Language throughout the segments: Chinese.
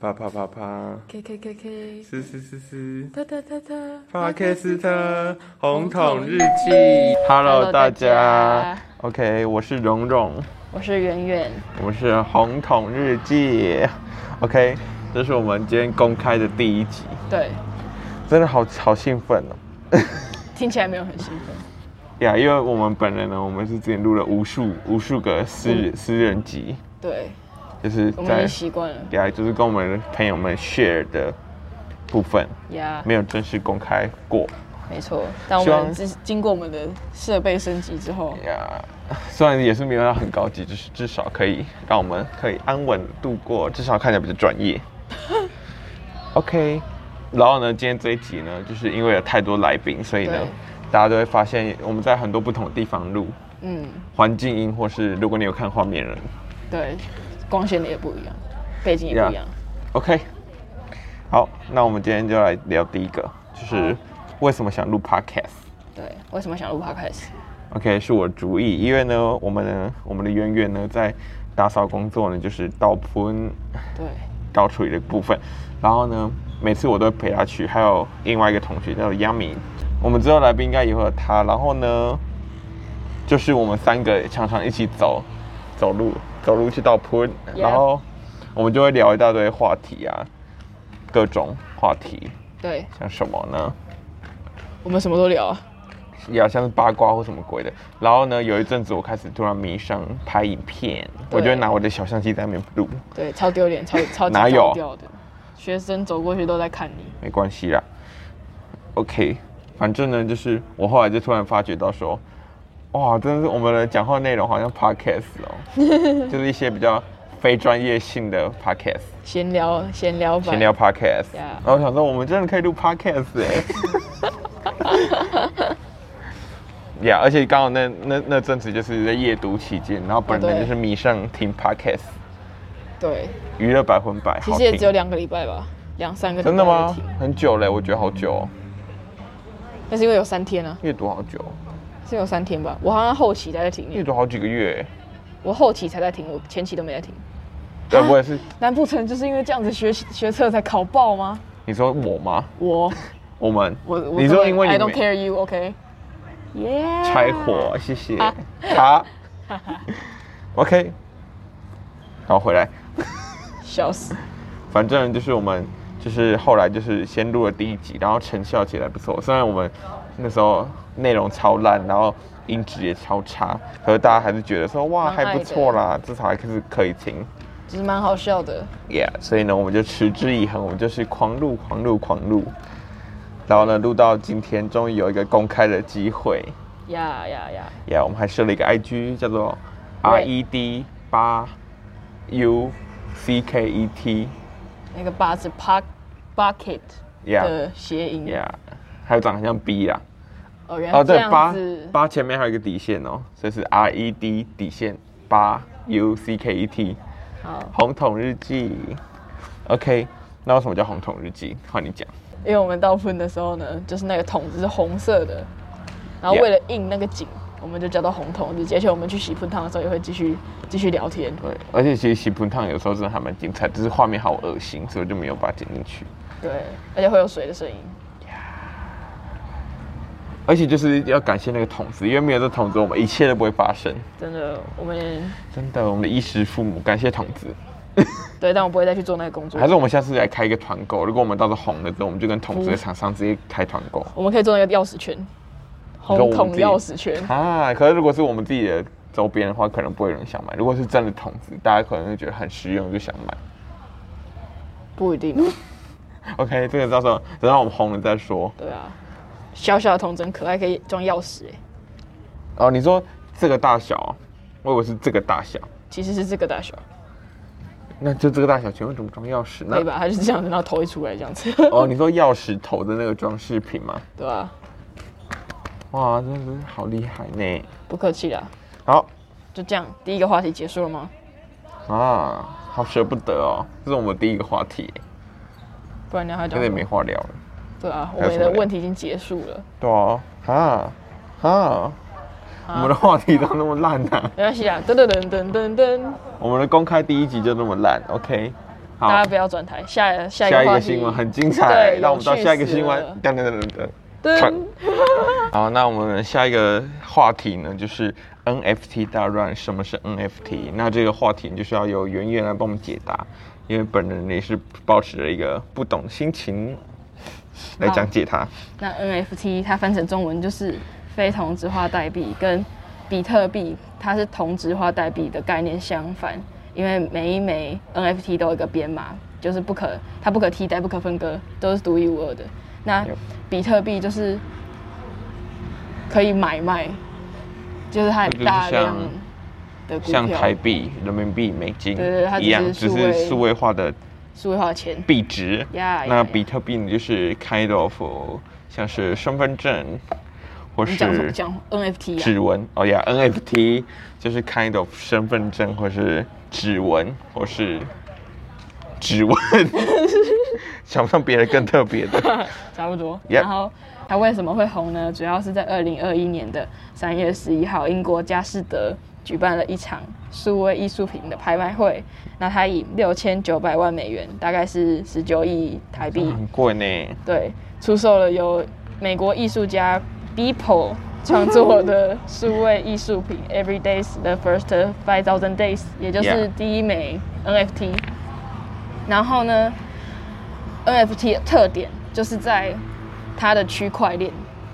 啪啪啪啪， K K K K，嘶嘶嘶嘶。哒哒哒哒，帕克斯特红桶日记，Hello 大家，OK，我是蓉蓉，我是圆圆，我们是红桶日记，OK，这是我们今天公开的第一集，对，真的好好兴奋哦，听起来没有很兴奋，呀，因为我们本人呢，我们是之前录了无数无数个私人私人集，对，就是我们已在经习惯了呀，就是跟我们的朋友们 share 的部分，呀没有正式公开过，没错。但我希望们经经过我们的设备升级之后，呀，虽然也是没有到很高级，就是至少可以让我们可以安稳度过，至少看起来比较专业。OK，然后呢，今天这一集呢，就是因为有太多来宾，所以呢对，大家都会发现我们在很多不同的地方录，嗯，环境音或是如果你有看画面人对，光线也不一样，背景也不一样。 ，OK。好，那我们今天就来聊第一个，就是为什么想录 Podcast。对，为什么想录 podcast？ OK，是我主意，因为呢，我们呢，我们的渊源呢，在打扫工作呢，就是倒喷对，高处理的部分。然后呢，每次我都会陪他去，还有另外一个同学叫做 Yami，我们之后来宾应该也会有他。然后呢，就是我们三个常常一起走，走路，走路去到坡， Yeah 然后我们就会聊一大堆话题啊，各种话题，对，像什么呢？我们什么都聊啊，呀，像是八卦或什么鬼的。然后呢，有一阵子我开始突然迷上拍影片，我就会对拿我的小相机在那边录。对，超丢脸，超超 级哪有高调的，学生走过去都在看你，没关系啦。OK，反正呢，就是我后来就突然发觉到说，哇，真的是我们的讲话内容好像 podcast 哦， 就是一些比较非专业性的 podcast，闲聊闲聊版，闲聊 podcast。 Yeah 然后我想说，我们真的可以录 podcast 哎、 呀而且刚好那那那阵子就是在夜读期间，然后本哦人对就是迷上听 podcast，对，娱乐百分百，其好实也听只有两个礼拜吧，两三个礼拜真的吗就停？很久嘞，我觉得好久、哦，但是因为有三天啊，阅读好久哦，是有三天吧，我好像后期才在听耶阅，读好几个月、啊欸。我后期才在听，我前期都没在听。对，我也是。难不成就是因为这样子学学测才考爆吗？你说我吗？我我们，我我你根说本因为 I 你 don't 没 care 啊 you OK？耶，拆伙，谢谢。好 ，OK，好回来。笑死，反正就是我们，就是后来就是先录了第一集，然后成效起来不错。虽然我们那时候内容超烂，然后音质也超差，可是大家还是觉得说哇蛮爱的还不错啦，至少还是可以听。就是蛮好笑的。 Yeah，所以呢，我们就持之以恒，我们就是狂录、狂录、狂录。然后呢，录到今天，终于有一个公开的机会。呀呀呀！ Yeah，我们还设了一个 IG，叫做 R 对 E D 八 U C K E T。那个八字 park bucket Yeah，Yeah，的谐音。还有长得像 B 啦。哦，原来哦，这对，样八子。八前面还有一个底线哦，所以是 R E D 底线八 U C K E T 好，红桶日记。OK，那为什么叫红桶日记？换你讲。因为我们倒喷的时候呢，就是那个桶子是红色的，然后 Yeah 为了印那个景，我们就叫到红桶日记。而且我们去洗喷汤的时候也会继续继续聊天。对，而且其实洗盆烫有时候真的还蛮精彩，只是画面好恶心，所以我就没有把它剪进去。对，而且会有水的声音。而且就是要感谢那个桶子，因为没有这桶子，我们一切都不会发生。真的，我们真的，我们的衣食父母，感谢桶子。对，但我不会再去做那个工作还。是我们下次来开一个团购，如果我们到时候红了之后，我们就跟桶子的厂商直接开团购。我们可以做那个钥匙圈，你说我红们桶自己钥匙圈。啊，可是如果是我们自己的周边的话，可能不会有人想买。如果是真的桶子，大家可能会觉得很实用，就想买。不一定， OK，这个到时候等到我们红了再说。对啊，小小的桶真可爱，可以装钥匙哎，哦，你说这个大小，我以为是这个大小，其实是这个大小，那就这个大小，请问怎么装钥匙呢可以？吧？它就是这样子，然后头一出来这样子， 哦，你说钥匙头的那个装饰品吗？对吧、哇，真的是好厉害呢！不客气啦，好就这样，第一个话题结束了吗？啊，好舍不得哦，这是我们第一个话题，啊不然你还真讲的什没么？话聊了。对啊，我还有们什么的问题已经结束了，对啊，啊啊，我们的话题都那么烂啊， 没关系啊，噔噔噔噔噔噔，我们的公开第一集就那么烂，OK？好大家不要转台，下下一下个一话个题新闻很精彩，对让我们到有趣下一个死新闻了。噔噔噔噔噔。 噔，好，那我们下一个话题呢，就是 NFT 大乱，什么是 NFT？那这个话题就是要由圆圆来帮我们解答，因为本人也是保持着一个不懂的心情来讲解它。那 NFT 它翻成中文就是非同质化代币，跟比特币它是同质化代币的概念相反，因为每一枚 NFT 都有一个编码，就是不可它不可替代、不可分割，都是独一无二的。那 Yep 比特币就是可以买卖，就是它有就是大量像的股像票台币、人民币、美金对对它只一样，是只数位是数位化的数位化的钱，币值。呀那呀比特币呢，就是 kind of 像是身份证，或你讲什么是讲 NFT 啊？指纹哦呀、n f t 就是 kind of 身份证或是指纹或是指纹， 想不到别人更特别的。差不多。 Yep 然后它为什么会红呢？主要是在二零二一年的三月十一号，英国佳士得举办了一场数位艺术品的拍卖会。那它以六千九百万美元，大概是十九亿台币，很贵呢，对，出售了由美国艺术家 Beeple 创作的数位艺术品《Every Days the First Five Thousand Days》，也就是 Yeah. 第一枚 NFT。然后呢，NFT 的特点就是在它的区块链，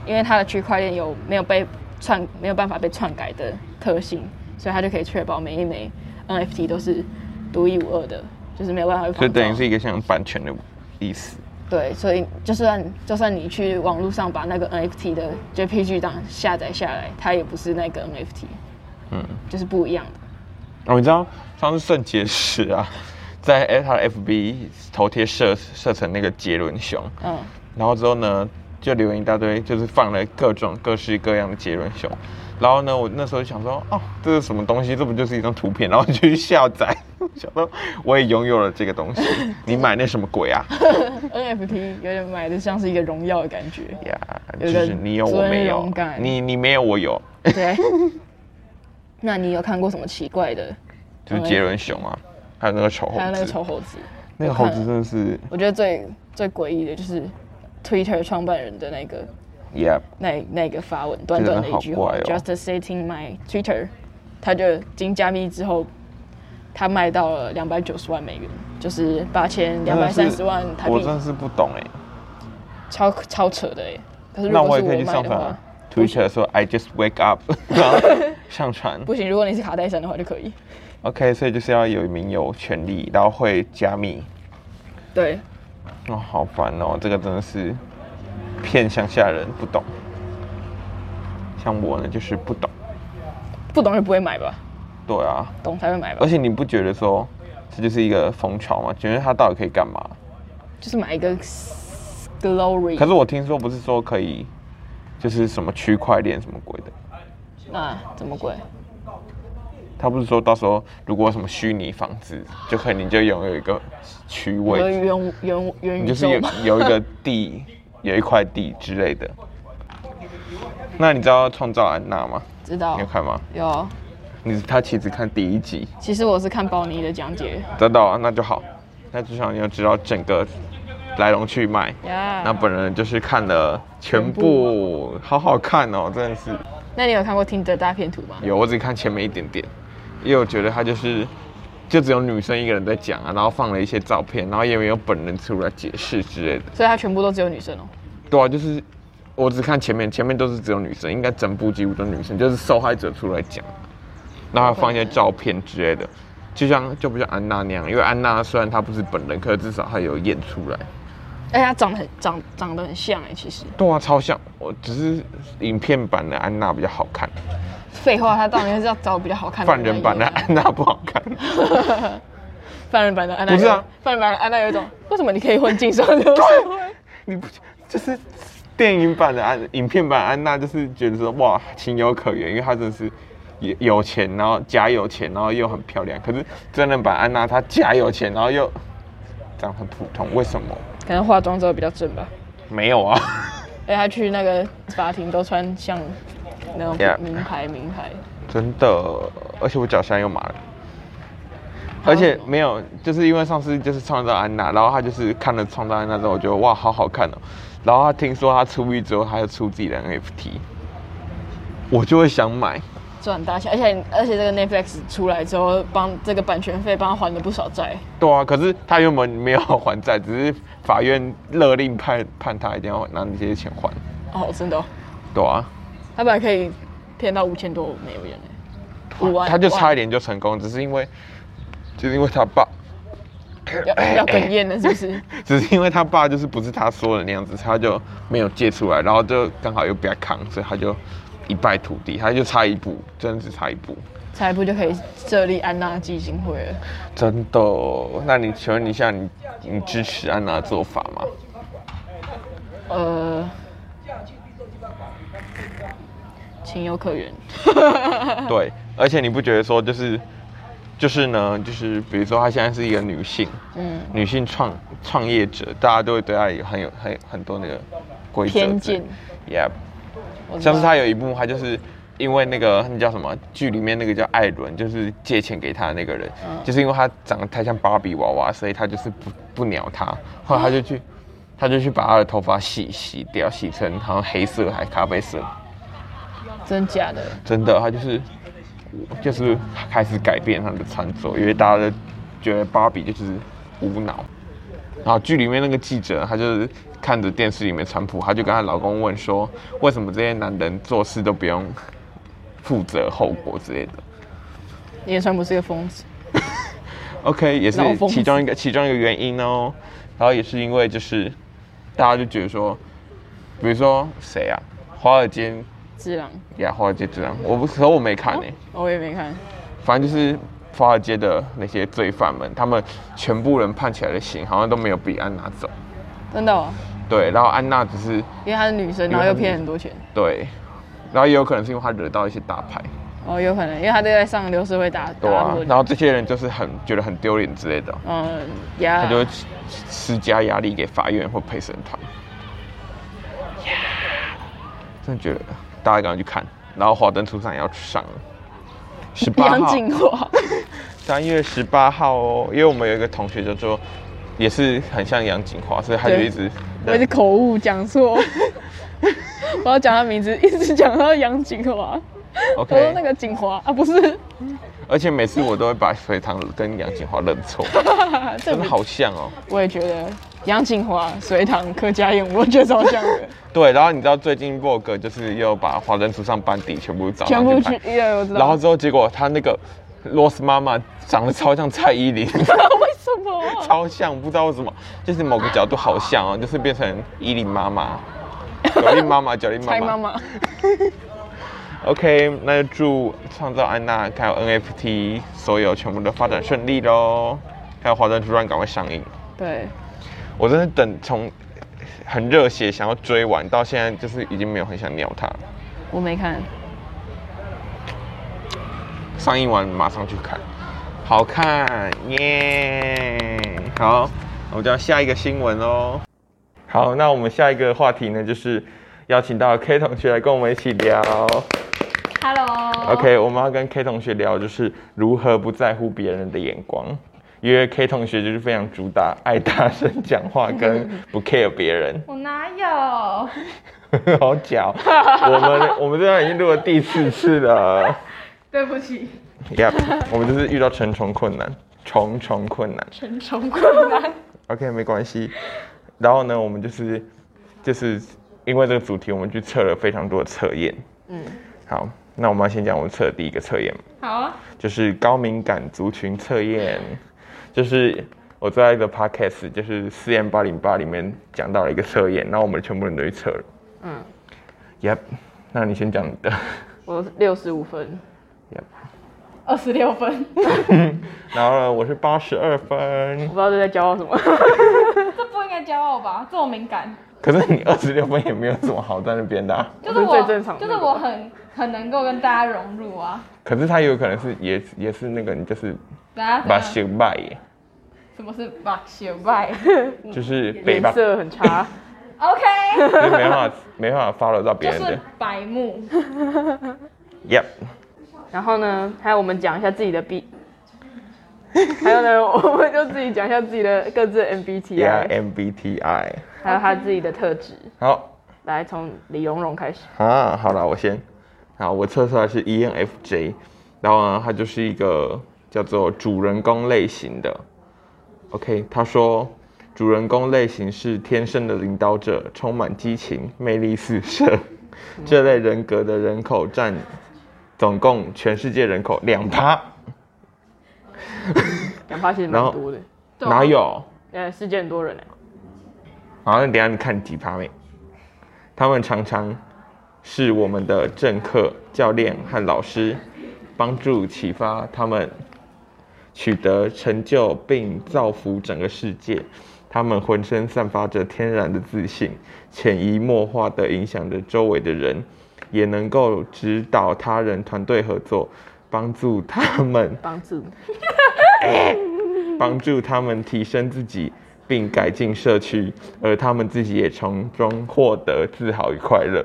因为它的区块链有没有被篡、没有办法被篡改的特性，所以它就可以确保每一枚 NFT 都是独一无二的，就是没有办法被就仿造等于是一个像版权的意思。对，所以就算就算你去网络上把那个 NFT 的 JPG 档下载下来，它也不是那个 NFT，嗯，就是不一样的。哦，你知道上次肾结石啊，在他的 FB 头贴射射成那个杰伦熊，嗯，然后之后呢，就留言一大堆，就是放了各种各式各样的杰伦熊。然后呢，我那时候就想说，哦，这是什么东西？这不就是一张图片？然后就去下载， 想说我也拥有了这个东 西。你买那什么鬼啊？ NFT 有点买的像是一个荣耀的感觉。哎呀，就有个是你有我没尊有荣，感你你没有我有，对。那你有看过什么奇怪的？就是杰伦熊啊，还有那个丑猴子，还有那个丑猴子，那个猴子真的是我觉得最最诡异的就是 Twitter 创办人的那个嗯，Yeah，那那个发文，短短的一句这话、个人好哦 j u s t setting my Twitter，他就经加密之后，他卖到了两百九十万美元，就是八千两百三十万台我币真，的是不懂哎。超超扯的耶！可是如那果我是也可我以去买上的传啊话， Twitter 说 I just wake up，然后上传。不行，如果你是卡戴珊的话就可以。 OK，所以就是要有名有权利，然后会加密。对，哦，好烦哦，这个真的是骗乡下人不懂。像我呢，就是不懂。不懂就不会买吧，对啊，懂才会买吧而，且你不觉得说这就是一个风潮吗？觉得它到底可以干嘛？就是买一个 glory。可是我听说不是说可以，就是什么区块链什么鬼的，那啊怎么贵？他不是说到时候如果有什么虚拟房子，就可以你就拥有一个区我的位，元元元你宇就是宙有吗？有一个地，有一块地之类的。那你知道创造安娜吗？ 知道你有看吗？有。你他其实看第一集，其实我是看宝妮的讲解得到啊那就好，那至少你要知道整个来龙去脉。呀。那本人就是看了全部，好好看哦，真的是那你有看过《听的大片图》吗？有，我只看前面一点点，因为我觉得他就是就只有女生一个人在讲啊，然后放了一些照片，然后也没有本人出来解释之类的。所以它全部都只有女生哦。对啊，就是我只看前面，前面都是只有女生，应该整部几乎都是女生，就是受害者出来讲，然后还放一些照片之类的，就像就不像安娜那样，因为安娜虽然她不是本人，可是至少她有演出来。哎，它长得很长长得很像哎，其实。对啊，超像，我只是影片版的安娜比较好看，废话，它当然是要找比较好看的。犯人版的安娜不好看。犯人版的安娜有不是啊，犯人版的安娜有一种为什么你可以混进 啊上流社会？你不就是电影版的安，影片版安娜，就是觉得说哇情有可原，因为她真的是有有钱，然后假有钱，然后又很漂亮。可是真人版安娜她假有钱，然后又长得很普通，为什么？可能化妆之后比较正吧。没有啊，哎，他去那个法庭都穿像那种 Yeah 名牌名牌。真的。而且我脚现在又麻了，而且没有，就是因为上次就是创造安娜，然后他就是看了创造安娜之后，我觉得哇，好好看哦。然后他听说他出狱之后，他又出自己的 NFT，我就会想买。赚大钱，而且而且这个 Netflix 出来之后，帮这个版权费帮他还了不少债。对啊，可是他原本没有还债，只是法院勒令判判他一定要拿那些钱还。哦，真的、哦，对啊，他本来可以骗到五千多美元呢，五万，他就差一点就成功，只是因为就是因为他爸，要哎要哽咽了，是不是？只是因为他爸就是不是他说的那样子，他就没有借出来，然后就刚好又被他扛，所以他就一败涂地，他就差一步，真的只差一步，下一步就可以设立安娜基金会了。真的。哦那你请问一下，你你支持安娜的做法吗？呃，情有可原。对，而且你不觉得说就是就是呢，就是比如说她现在是一个女性，嗯，女性创创业者，大家都会对她有很有很很多那个规则偏见，Yeah，我知道像是她有一幕，她就是因为那个那叫什么剧里面那个叫艾伦，就是借钱给她的那个人，嗯就是因为她长得太像芭比娃娃，所以她就是不不鸟她，后来她就去。她就去把她的头发洗洗掉，洗成好像黑色还咖啡色，真假的，真的，他就是就是开始改变他的穿着，因为大家都觉得芭比就是无脑。然后剧里面那个记者，他就是看着电视里面川普，他就跟她老公问说，为什么这些男人做事都不用负责后果之类的。也算不是个疯子。 OK，也是老疯子其中一个其中一个原因哦。然后也是因为就是大家就觉得说，比如说谁啊，华尔街智狼，哦呀，华尔街这样，我不，可我没看欸呢、我也没看。反正就是华尔街的那些罪犯们，他们全部人判起来的刑好像都没有比安娜走。真的、哦，对，然后安娜只是因为她是女生，然后又骗很多钱，对，然后也有可能是因为她惹到一些大牌，哦，有可能，因为她都在上流社会打对打啊滚，，然后这些人就是很觉得很丢脸之类的，嗯呀他，就会施加压力给法院或陪审团。真的觉得大家赶快去看，然后《华灯初上》也要上了，十八 杨号。锦华，三月十八号哦，因为我们有一个同学就说，也是很像杨锦华，所以他就对一直我一直口误讲错， 我要讲他名字，一直讲到杨锦华，我说那 OK，个锦华啊，不是，而且每次我都会把隋唐跟杨锦华认 错，这真的不好像哦。我也觉得杨锦华、隋唐、柯佳燕，我觉得超像的，对，然后你知道最近 Vogue 就是又把华灯初上班底全部找全上部去拍，，去对，我知道。 然后之后结果他那个 Rose 妈妈长得超像蔡 依林，为什么啊？超像，不知道为什么，就是某个角度好像哦，就是变成依林妈妈、九令妈妈、九令妈 蔡妈妈。妈， OK，那就祝创造安娜还有 NFT 所有全部的发展顺利喽，还有华灯初上赶快上映。对，我真的等从很热血想要追完，到现在就是已经没有很想鸟它了。我没看，上映完马上去看，好看耶好，我们就要下一个新闻哦。好，那我们下一个话题呢，就是邀请到 K 同学来跟我们一起聊。 Hello。 OK，我们要跟 K 同学聊，就是如何不在乎别人的眼光。因为 K 同学就是非常主打爱大声讲话 跟不 care 别人，我哪有？ 好假哦、我们我们这样已经录了第四次了。对不起， Yep，我们就是遇到重重困难，重重困难。沉重困难。 OK，没关系。然后呢，我们就是就是因为这个主题，我们去测了非常多的测验。嗯，好，那我们要先讲我们测的第一个测验嘛好啊，就是高敏感族群测验，就是我最爱的 podcast，就是四 M 八零八里面讲到了一个测验，然后我们全部人都去测了。嗯，Yep，那你先讲你的。 我六十五分， yep，二十六分，然后呢，我是八十二分我不，知道这在骄傲什么。 这不应该骄傲吧？这么敏感，可是你二十六分也没有什么好在那边的 啊、就是我是最正常的就是我很很能够跟大家融入啊。可是他有可能是也也是那个你就是大把家怎样血败耶，什么是把血拜嗯就是北脸吧，就色很差， ？OK，是没办法没办法 follow 到别就人是的。白目。 Yep， 然后呢，还有我们讲一下自己的 B 还有呢，我们就自己讲一下自己的各自的 MBTI， ，MBTI。啊还有他自己的特质。好来，从李荣荣开始。啊，好了，我先。好，我测出来是 E ENFJ，然后呢，它就是一个叫做主人公类型的。OK，他说主人公类型是天生的领导者，充满激情，魅力四射。嗯这类人格的人口占总共全世界人口两趴，两趴其实蛮多的，对啊哪有？呃，世界很多人哎、好，那等一下你看几趴没？他们常常是我们的政客、教练和老师，帮助启发他们取得成就并造福整个世界。他们浑身散发着天然的自信，潜移默化地影响着周围的人，也能够指导他人团队合作，帮助他们帮助帮助他们提升自己，并改进社区，而他们自己也从中获得自豪与快乐。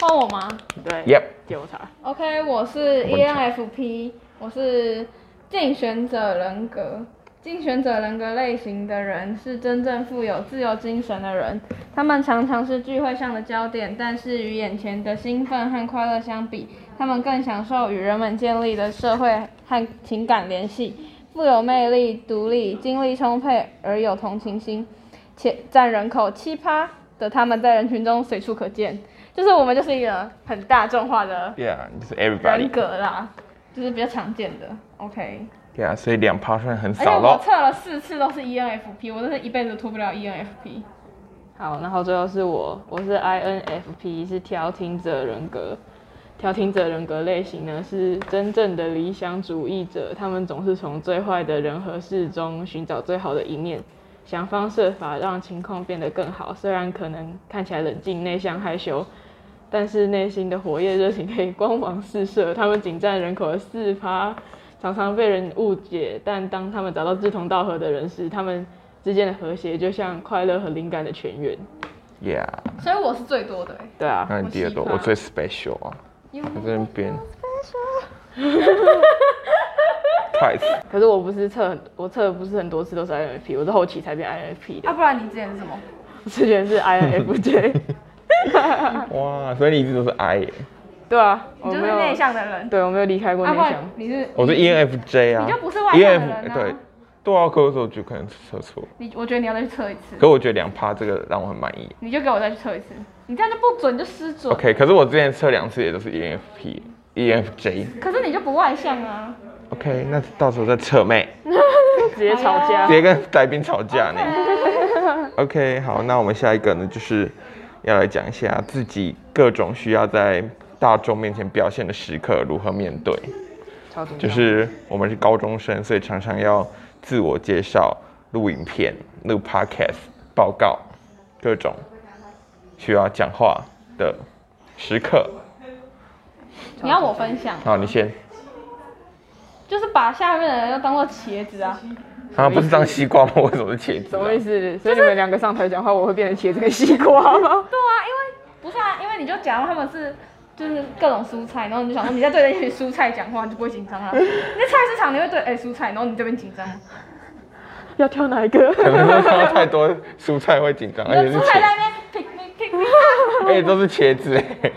换我吗对 Yep，借我查。 ？OK，我是 E 问他 ENFP，我是竞选者人格。竞选者人格类型的人是真正富有自由精神的人，他们常常是聚会上的焦点，但是与眼前的兴奋和快乐相比，他们更享受与人们建立的社会和情感联系。富有魅力、独立、精力充沛而有同情心，且占人口七趴的他们在人群中随处可见。就是我们就是一个很大众化的 Yeah，就是人 everybody。格啦，就是比较常见的。OK， Yeah，所以两趴算很而且少我咯。测了四次都是 ENFP，我真是一辈子脱不了 E ENFP。好，然后最后是我，我是 INFP，是调停者人格。调停者人格类型呢，是真正的理想主义者，他们总是从最坏的人和事中寻找最好的一面，想方设法让情况变得更好。虽然可能看起来冷静、内向、害羞，但是内心的火热热情可以光芒四射。他们仅占人口的四趴，常常被人误解。但当他们找到志同道合的人时，他们之间的和谐就像快乐和灵感的泉源。 Yeah，所以我是最多的、欸。对啊，那你第二多，我喜欢我最 special 啊，我这边啊太可是我不是测很，我测的不是很多次都是 INFP，我是后期才变 INFP 的。啊，不然你之前是什么？我之前是 INFJ。哇，所以你一直都是 I，耶对啊，我你就是没有内，向的人。对我没有离开过啊，内不然向。你是我是 ENFJ 啊，你就不是外向的人啊 ENF 对，对啊，可是我就可能测错了，你，我觉得你要再去测一次，可我觉得两趴这个让我很满意。你就给我再去测一次，你这样就不准就失准。 OK，可是我之前测两次也都是 E ENFP、ENFJ。可是你就不外向啊。 OK，那到时候再扯妹，直接吵架直。哎接跟来宾吵架呢。OK，好，那我们下一个呢，就是要来讲一下自己各种需要在大众面前表现的时刻如何面对。超紧张就是我们是高中生，所以常常要自我介绍、录影片、录 podcast、报告，各种需要讲话的时刻。你要我分享，好，你先就是把下面的人要当做茄子啊。啊，不是当西瓜吗？为什么是茄子什啊、么意思？所以你们两个上台讲话，我会变成茄子跟西瓜 吗？对啊，因为不是啊，因为你就假如他们是就是各种蔬菜，然后你就想说你在对着一群蔬菜讲话，你就不会紧张啊。你在菜市场你会对哎、蔬菜，然后你这边紧张，你要挑哪一个？ 可能是看到 太多蔬菜会紧张，而且是就蔬菜茄，在那边拼拼拼拼， 而哎且都是茄子，欸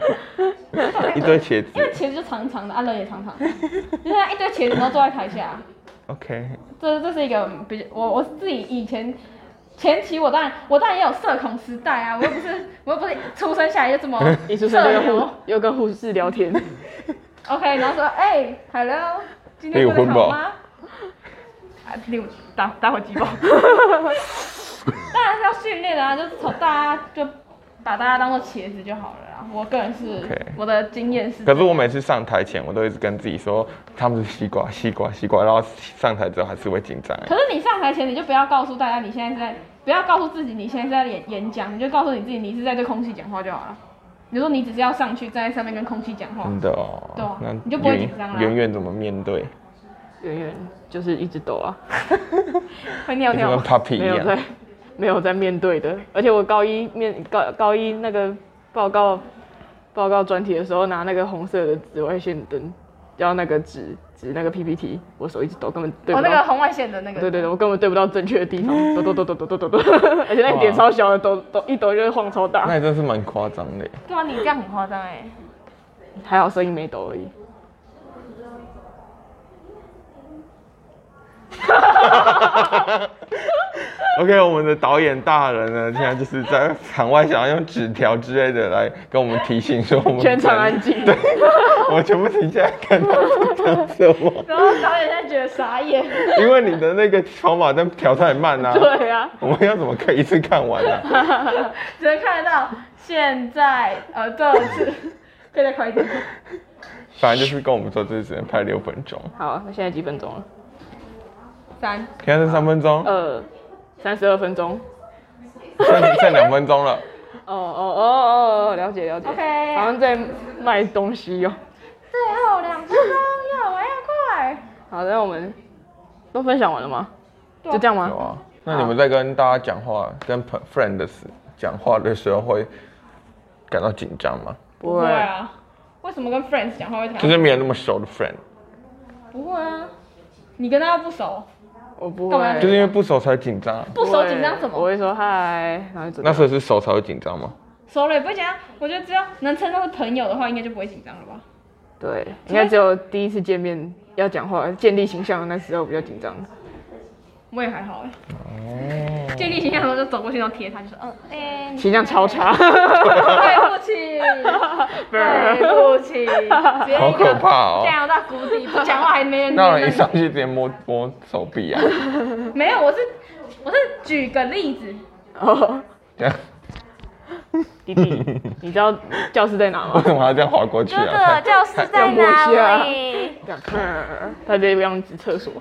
一堆茄因为子。茄子就长长的，啊人也长长的， 就是一堆茄子，然后坐在台下， OK，这这是一个比较我我自己以前。前期我当然我当然也有社恐时代啊，我又不是我又不是出生下来 就这么你出生社就跟牛护，又跟护士聊 天， OK，然后说，哎、h e l l o 今天过得好吗？ 啊，六打打火机吧。 当然是要训练的啊，就是从大家就把大家当做茄子就好了啊。我个人是 OK 我的经验是这可样，是我每次上台前，我都一直跟自己说他们是西瓜，西瓜，西瓜，然后上台之后还是会紧张。欸可是你上台前你就不要告诉大家你现在是在，不要告诉自己你现在是在演演讲，你就告诉你自己你是在对空气讲话就好了。你说你只是要上去站在上面跟空气讲话，真嗯的哦，对啊那你就不会圆紧张啦圆圆怎么面 对？圆圆就是一直抖啊，会尿就跟尿吗。 puppy 没一有在样。没有在面对的。而且我高一面高高一那个报告报告专题的时候，拿那个红色的紫外线灯。要那个指指那个 PPT，我手一直抖，根本对哦，不那到。个红外线的那个，对对对，我根本对不到正确的地方， 抖抖抖抖抖抖抖抖，而且那个点超小的，抖抖一抖就会晃超那大。也真是蛮夸张的耶。欸对啊，你这样很夸张哎。还好声音没抖而已。 OK，我们的导演大人呢，现在就是在场外想要用纸条之类的来跟我们提醒说我们全场安静对，我全部停下来看他在讲什么，然后啊导演现在觉得傻眼，因为你的那个跑马灯调太慢 啦、 对啊， 我们要怎么可以一次看完呢、啊？只能看得到现在呃这次，可以再快一点。反正就是跟我们说，这只能拍六分钟，好，那现在几分钟了？三，现在是三分钟，呃，三十二分钟。剩剩两分钟了。哦哦哦哦，了解了解。 OK 好像在卖东西哦。最后两分钟，要我要快。好，那我们都分享完了吗？对 啊就这样有吗？啊，那你们在跟大家讲话、跟朋 friend 的时讲话的时候会感到紧张吗？不不会啊，为什么跟 friends 讲话会就这样？是没有那么熟的 friend，不会啊，你跟他又不熟，我不干嘛会。就是因为不熟才紧张啊。不熟紧张什我么？会说嗨，然后就走掉那时候是手才会紧张吗？熟了也不会紧张。我觉得只要能称作是朋友的话，应该就不会紧张了吧？对，应该只有第一次见面要讲话、建立形象的那时候比较紧张。我也还好哎、哦欸。建立形象的时候就走过去，然后贴他，就说嗯，哎、啊你形象超差，对不 起， 对不起，直接一个好可怕哦掉到谷底，不讲话还没 人。那人一上去直接摸摸手臂啊，没有，我是我是举个例子， 哦，这样弟弟，你知道教室在哪为吗？什么要这样划过去啊？教室在摸一下哪里？这样嗯他这样子厕所，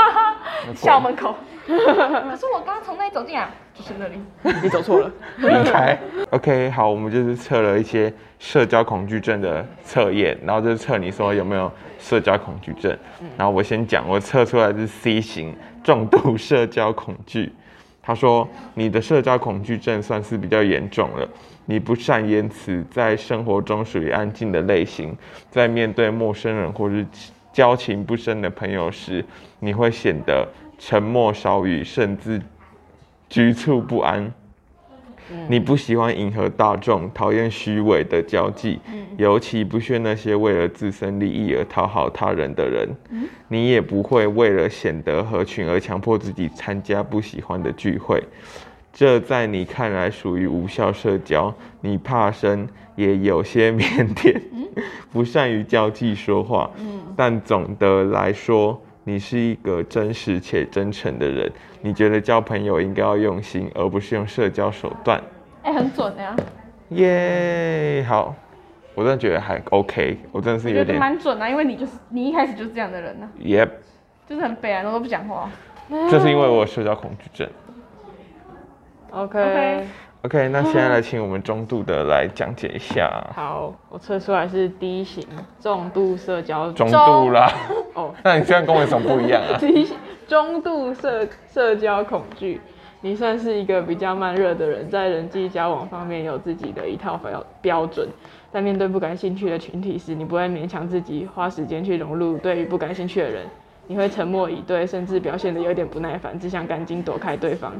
校门 口。可是我刚刚从那里走进来，就是那里。你走错了。离开。OK，好，我们就是测了一些社交恐惧症的测验，然后就是测你说有没有社交恐惧症。然后我先讲，我测出来是 C 型重度社交恐惧。他说你的社交恐惧症算是比较严重了，你不善言辞，在生活中属于安静的类型，在面对陌生人或是交情不深的朋友时，你会显得沉默少语，甚至局促不安。你不喜欢迎合大众，讨厌虚伪的交际，尤其不屑那些为了自身利益而讨好他人的人。你也不会为了显得合群而强迫自己参加不喜欢的聚会。这在你看来属于无效社交，你怕生，也有些腼腆，不善于交际说话。但总的来说，你是一个真实且真诚的人。你觉得交朋友应该要用心，而不是用社交手段。哎、很准的呀、耶、好，我真的觉得还 OK，我真的是我有觉得点蛮准啊，因为你就是你一开始就是这样的人呢、啊，Yep，就是很北然后都不讲话。这是因为我有社交恐惧症。 OK 呃 OK。 OK，那现在 来请我们中度的来讲解一下好，我测出来是 D 型重度社交中度啦。哦， 那你这样跟我有什么不一样啊？低中度社社交恐惧，你算是一个比较慢热的人，在人际交往方面有自己的一套标标准，在面对不感兴趣的群体时，你不会勉强自己花时间去融入对于不感兴趣的人，你会沉默以对，甚至表现得有点不耐烦，只想赶紧躲开对方。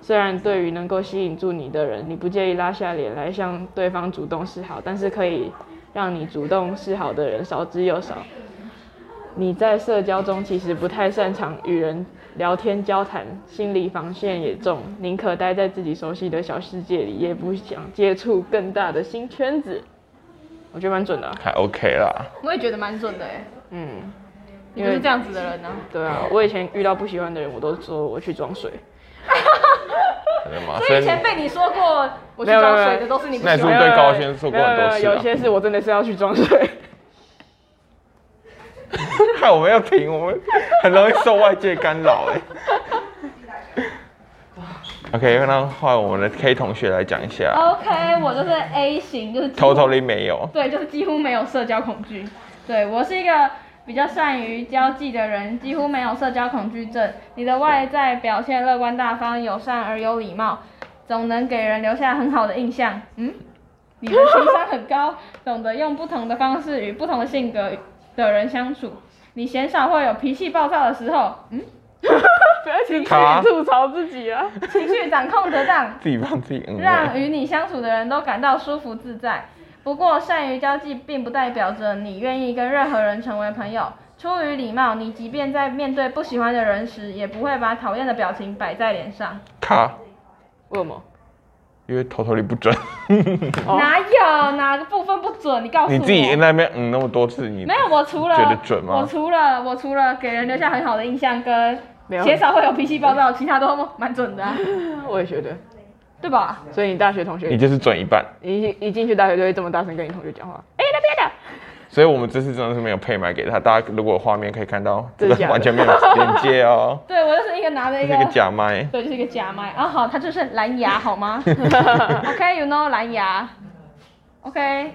虽然对于能够吸引住你的人，你不介意拉下脸来向对方主动示好，但是可以让你主动示好的人少之又少。你在社交中其实不太擅长与人聊天交谈，心理防线也重，宁可待在自己熟悉的小世界里，也不想接触更大的新圈子。我觉得蛮准的啊、还 OK 啦，我也觉得蛮准的哎、嗯，你就是这样子的人呢、对啊，我以前遇到不喜欢的人，我都说我去装水，真的吗？所以以前被你说过我去没有装没有水的都是你不那喜也是欢，对高轩说过很多次啊没有没有有些是我真的是要去装水， 害我们要停，我们很容易受外界干扰哎、OK，那换我们的 K 同学来讲一哦下 OK，我就是 A 型，就是几乎，totally 没有。对，就是几乎没有社交恐惧。对我是一个比较善于交际的人，几乎没有社交恐惧症。你的外在表现乐观大方、友善而有礼貌，总能给人留下很好的印象。嗯，你的情商很高，懂得用不同的方式与不同的性格的人相处，你鲜少会有脾气暴躁的时候，嗯，不要情绪卡吐槽自己啊！情绪掌控得当，自己帮自己嗯让欸。与你相处的人都感到舒服自在。不过，善于交际并不代表着你愿意跟任何人成为朋友。出于礼貌，你即便在面对不喜欢的人时，也不会把讨厌的表情摆在脸上。卡，为什么？因为头头里不准，哦哪有哪个部分不准？你告诉 你我。自己那边嗯那么多次，你没有，我除了觉得准吗我除了我除了给人留下很好的印象跟没有鲜少会有脾气暴躁，其他都蛮准的啊、我也觉得。对嗯吧？所以你大学同学，你就是准一半。你一一进去大学就会这么大声跟你同学讲话？哎、那边的所以我们这次真的是没有配麦给他，大家如果有画面可以看到，这真的个假的哎完全没有连接哦， 对我就是一个拿着这一是个一个假麦。对，就是一个假麦啊。好，它就是蓝牙，好吗？OK，you、know 蓝牙。OK，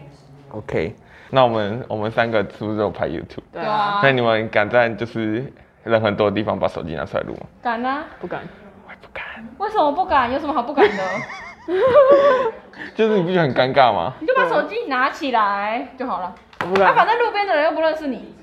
OK，那我们我们三个是不是有拍 YouTube？对对啊那你们敢在就是人很多的地方把手机拿出来录吗？敢啊？不敢。我也不敢，为什么不敢？有什么好不敢的？就是你不觉得很尴尬吗？你就把手机拿起来就好了。我不啊，敢。反正路边的人又不认识你，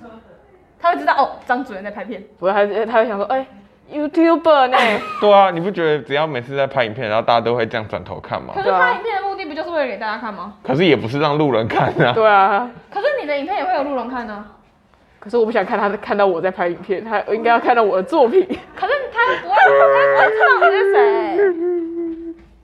他会知道哦，张主任在拍片。不会，他他会想说，哎、y o u t u b e r 呢？对啊，你不觉得只要每次在拍影片，然后大家都会这样转头看吗可？是对啊拍影片的目的不就是为了给大家看吗？可是也不是让路人看啊。对啊，可是你的影片也会有路人看呢、可是我不想看他看到我在拍影片，他应该要看到我的作品。 可是他不会，他不会知道你是谁。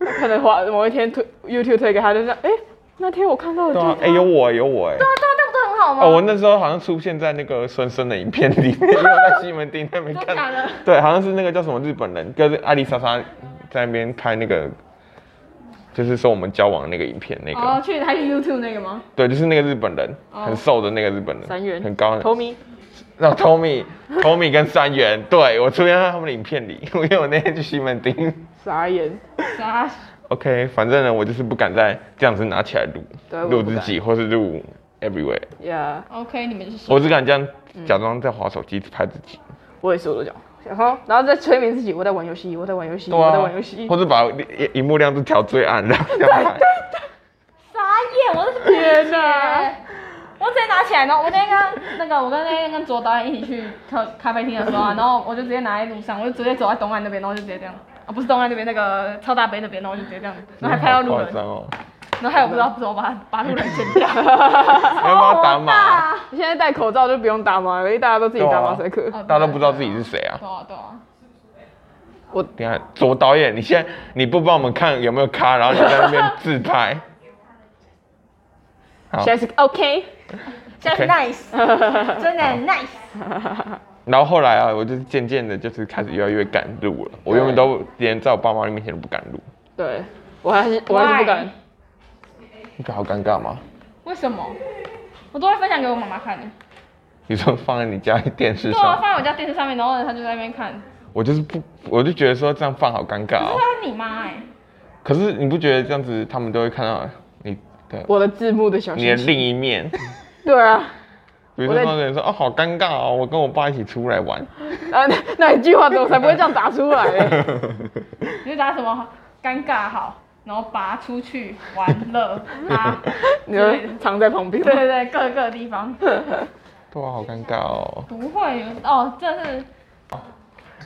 他可能花某一天推 YouTube 推给他，就这样，哎、那天我看到的对地啊哎、方，有我有我哎、那这样那不是很好吗？哦，我那时候好像出现在那个孙孙的影片里面，因为我在西门町那边真 假看的，对，好像是那个叫什么日本人，跟艾丽莎莎在那边拍那个，就是说我们交往那个影片那个，哦，去还去 YouTube 那个吗？对，就是那个日本人，哦很瘦的那个日本人，三元很高的，哎 Tommy，那 Tommy Tommy 跟三元，对我出现在他们的影片里， 因为我那天去西门町。傻眼，啥？ OK，反正呢，我就是不敢再这样子拿起来对录我录不自敢己，或是录 everywhere，呀、 OK，你们是谁？我只敢这样嗯假装在划手机拍自己。我也是，我都讲，然后然后再催眠自己，我在玩游戏，我在玩游戏，对啊我在玩游戏或。者把荧荧幕亮度调最暗，然后 这样拍。傻眼，我是天哪！我直接拿起来，然后我那天跟那个我跟那天跟左导演一起去咖咖啡厅的 时候啊，然后我就直接拿在路上，我就直接走在东岸那边，然后就直接这样，啊不是东岸那边那个超大杯那边，然后我就 直接这样，然后还拍到路好夸人，张哦！然后还有不知道怎么把把路人剪 掉，还帮他打哦 码，你现在戴口罩就不用打码了，因为大家都自己打马赛克。哦大家都不知道自己是谁啊对！啊对啊，你看左导演，你现在你不帮我们看有没有卡，然后你在那边自拍， 好现在是 OK，现在是 OK nice，真的 nice，然后后来啊，我就是渐渐的，就是开始越来越敢录了。我原本都连在我爸妈面前都不敢录， 对我还是我还是不 Why？敢。你觉得好尴尬吗？为什么？我都会分享给我妈妈看啊的，你说放在你家里电视对啊，上，放在我家电视上面，然后呢她就在那边看，我就是不，我就觉得说这样放好尴尬可哦是。她是你妈哎，可是你不觉得这样子他们都会看到你的我的字幕的小你的心另心。一面？对啊，比如说那人说哦，好尴尬哦，我跟我爸一起出来 玩，啊，那那一句话我才不会这样打出来欸。你就打什么尴尬好，然后拔出去玩乐啊，你就藏在旁边。对对对，各个地方对啊，好尴尬哦。不会有哦，这是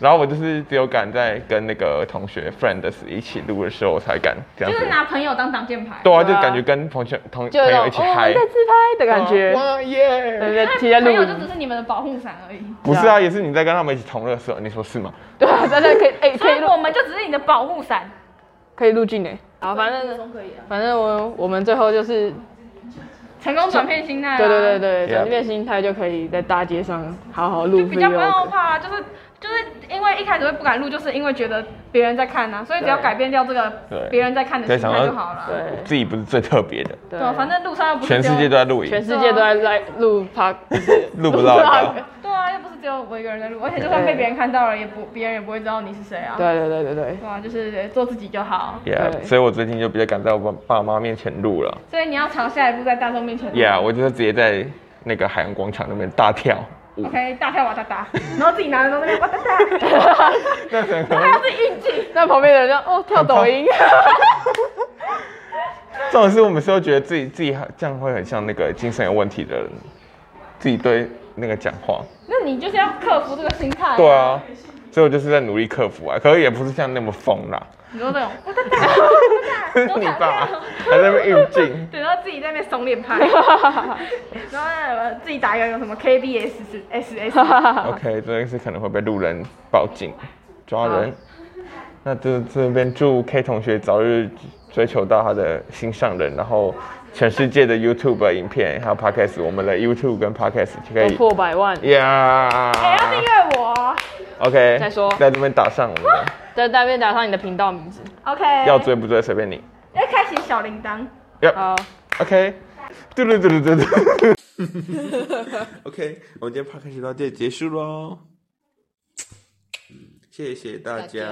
然后我就是只有敢在跟那个同学 friends 一起录的时候，我才敢这就样子是。拿朋友当挡箭牌，对啊，就对啊感觉跟朋友同就朋有友一那起种哦我嗨们在，自拍的感觉，哇耶！对对，提在录朋友就只影，是你们的保护伞而已，不是啊，也是你在跟他们一起同乐的时候，你说是吗？对啊，大家可以哎所可以以录我们就只是你的保护伞，可以录进哎，好，反正可以啊，反正我我们最后就是成功转变心态啊，对对对对， Yeah 转变心态就可以在大街上好好就录比较不会后 vlog。怕，啊就是就是因为一开始会不敢录，就是因为觉得别人在看啊，所以只要对改变掉这个对别人在看的对心态想要就好了。对自己不是最特别的，对对啊，反正路上又不是全世只界有都在录全影，世界都在在录 p o 录不到 的。对啊，又不是只有我一个人在录，而且就算被别人看到了，也不别人也不会知道你是谁啊。对对对对对，对啊，就是做自己就好。 Yeah，对所以我最近就比较敢在我爸爸妈面前录了。所以你要朝下一步在大众面前。 Yeah，我就是直接在那个海洋广场那边大跳舞， OK，大跳瓦哒哒，然后自己拿着东西哇哒哒，那很还要自己运镜。那旁边的人就哦跳抖音， 这种是我们是会觉得自己自己这样会很像那个精神有问题的人，自己对那个讲话。那你就是要克服这个心态。对，啊，所以我就是在努力克服啊，可是也不是像那么疯啦，你说这种， 你爸哦还在那边运 镜，对，然后自己在那边怂脸 拍，然后呃自己打一个有什么 KBS S S， OK，这个是可能会被路人报警抓人。那这这边祝 K 同学早日追求到他的心上人，然后全世界的 YouTube 影片还有 Podcast，我们的 YouTube 跟 Podcast 就可都以。破百万，呀、哎要订阅我 OK，再说在这边打上我们的，在那边打上你的频道名字。 ，OK，要追不追随便你。要开启小铃铛。好， OK，嘟噜嘟噜嘟噜。OK，我们今天 Podcast 嗯就到这里结束喽，谢谢大大家家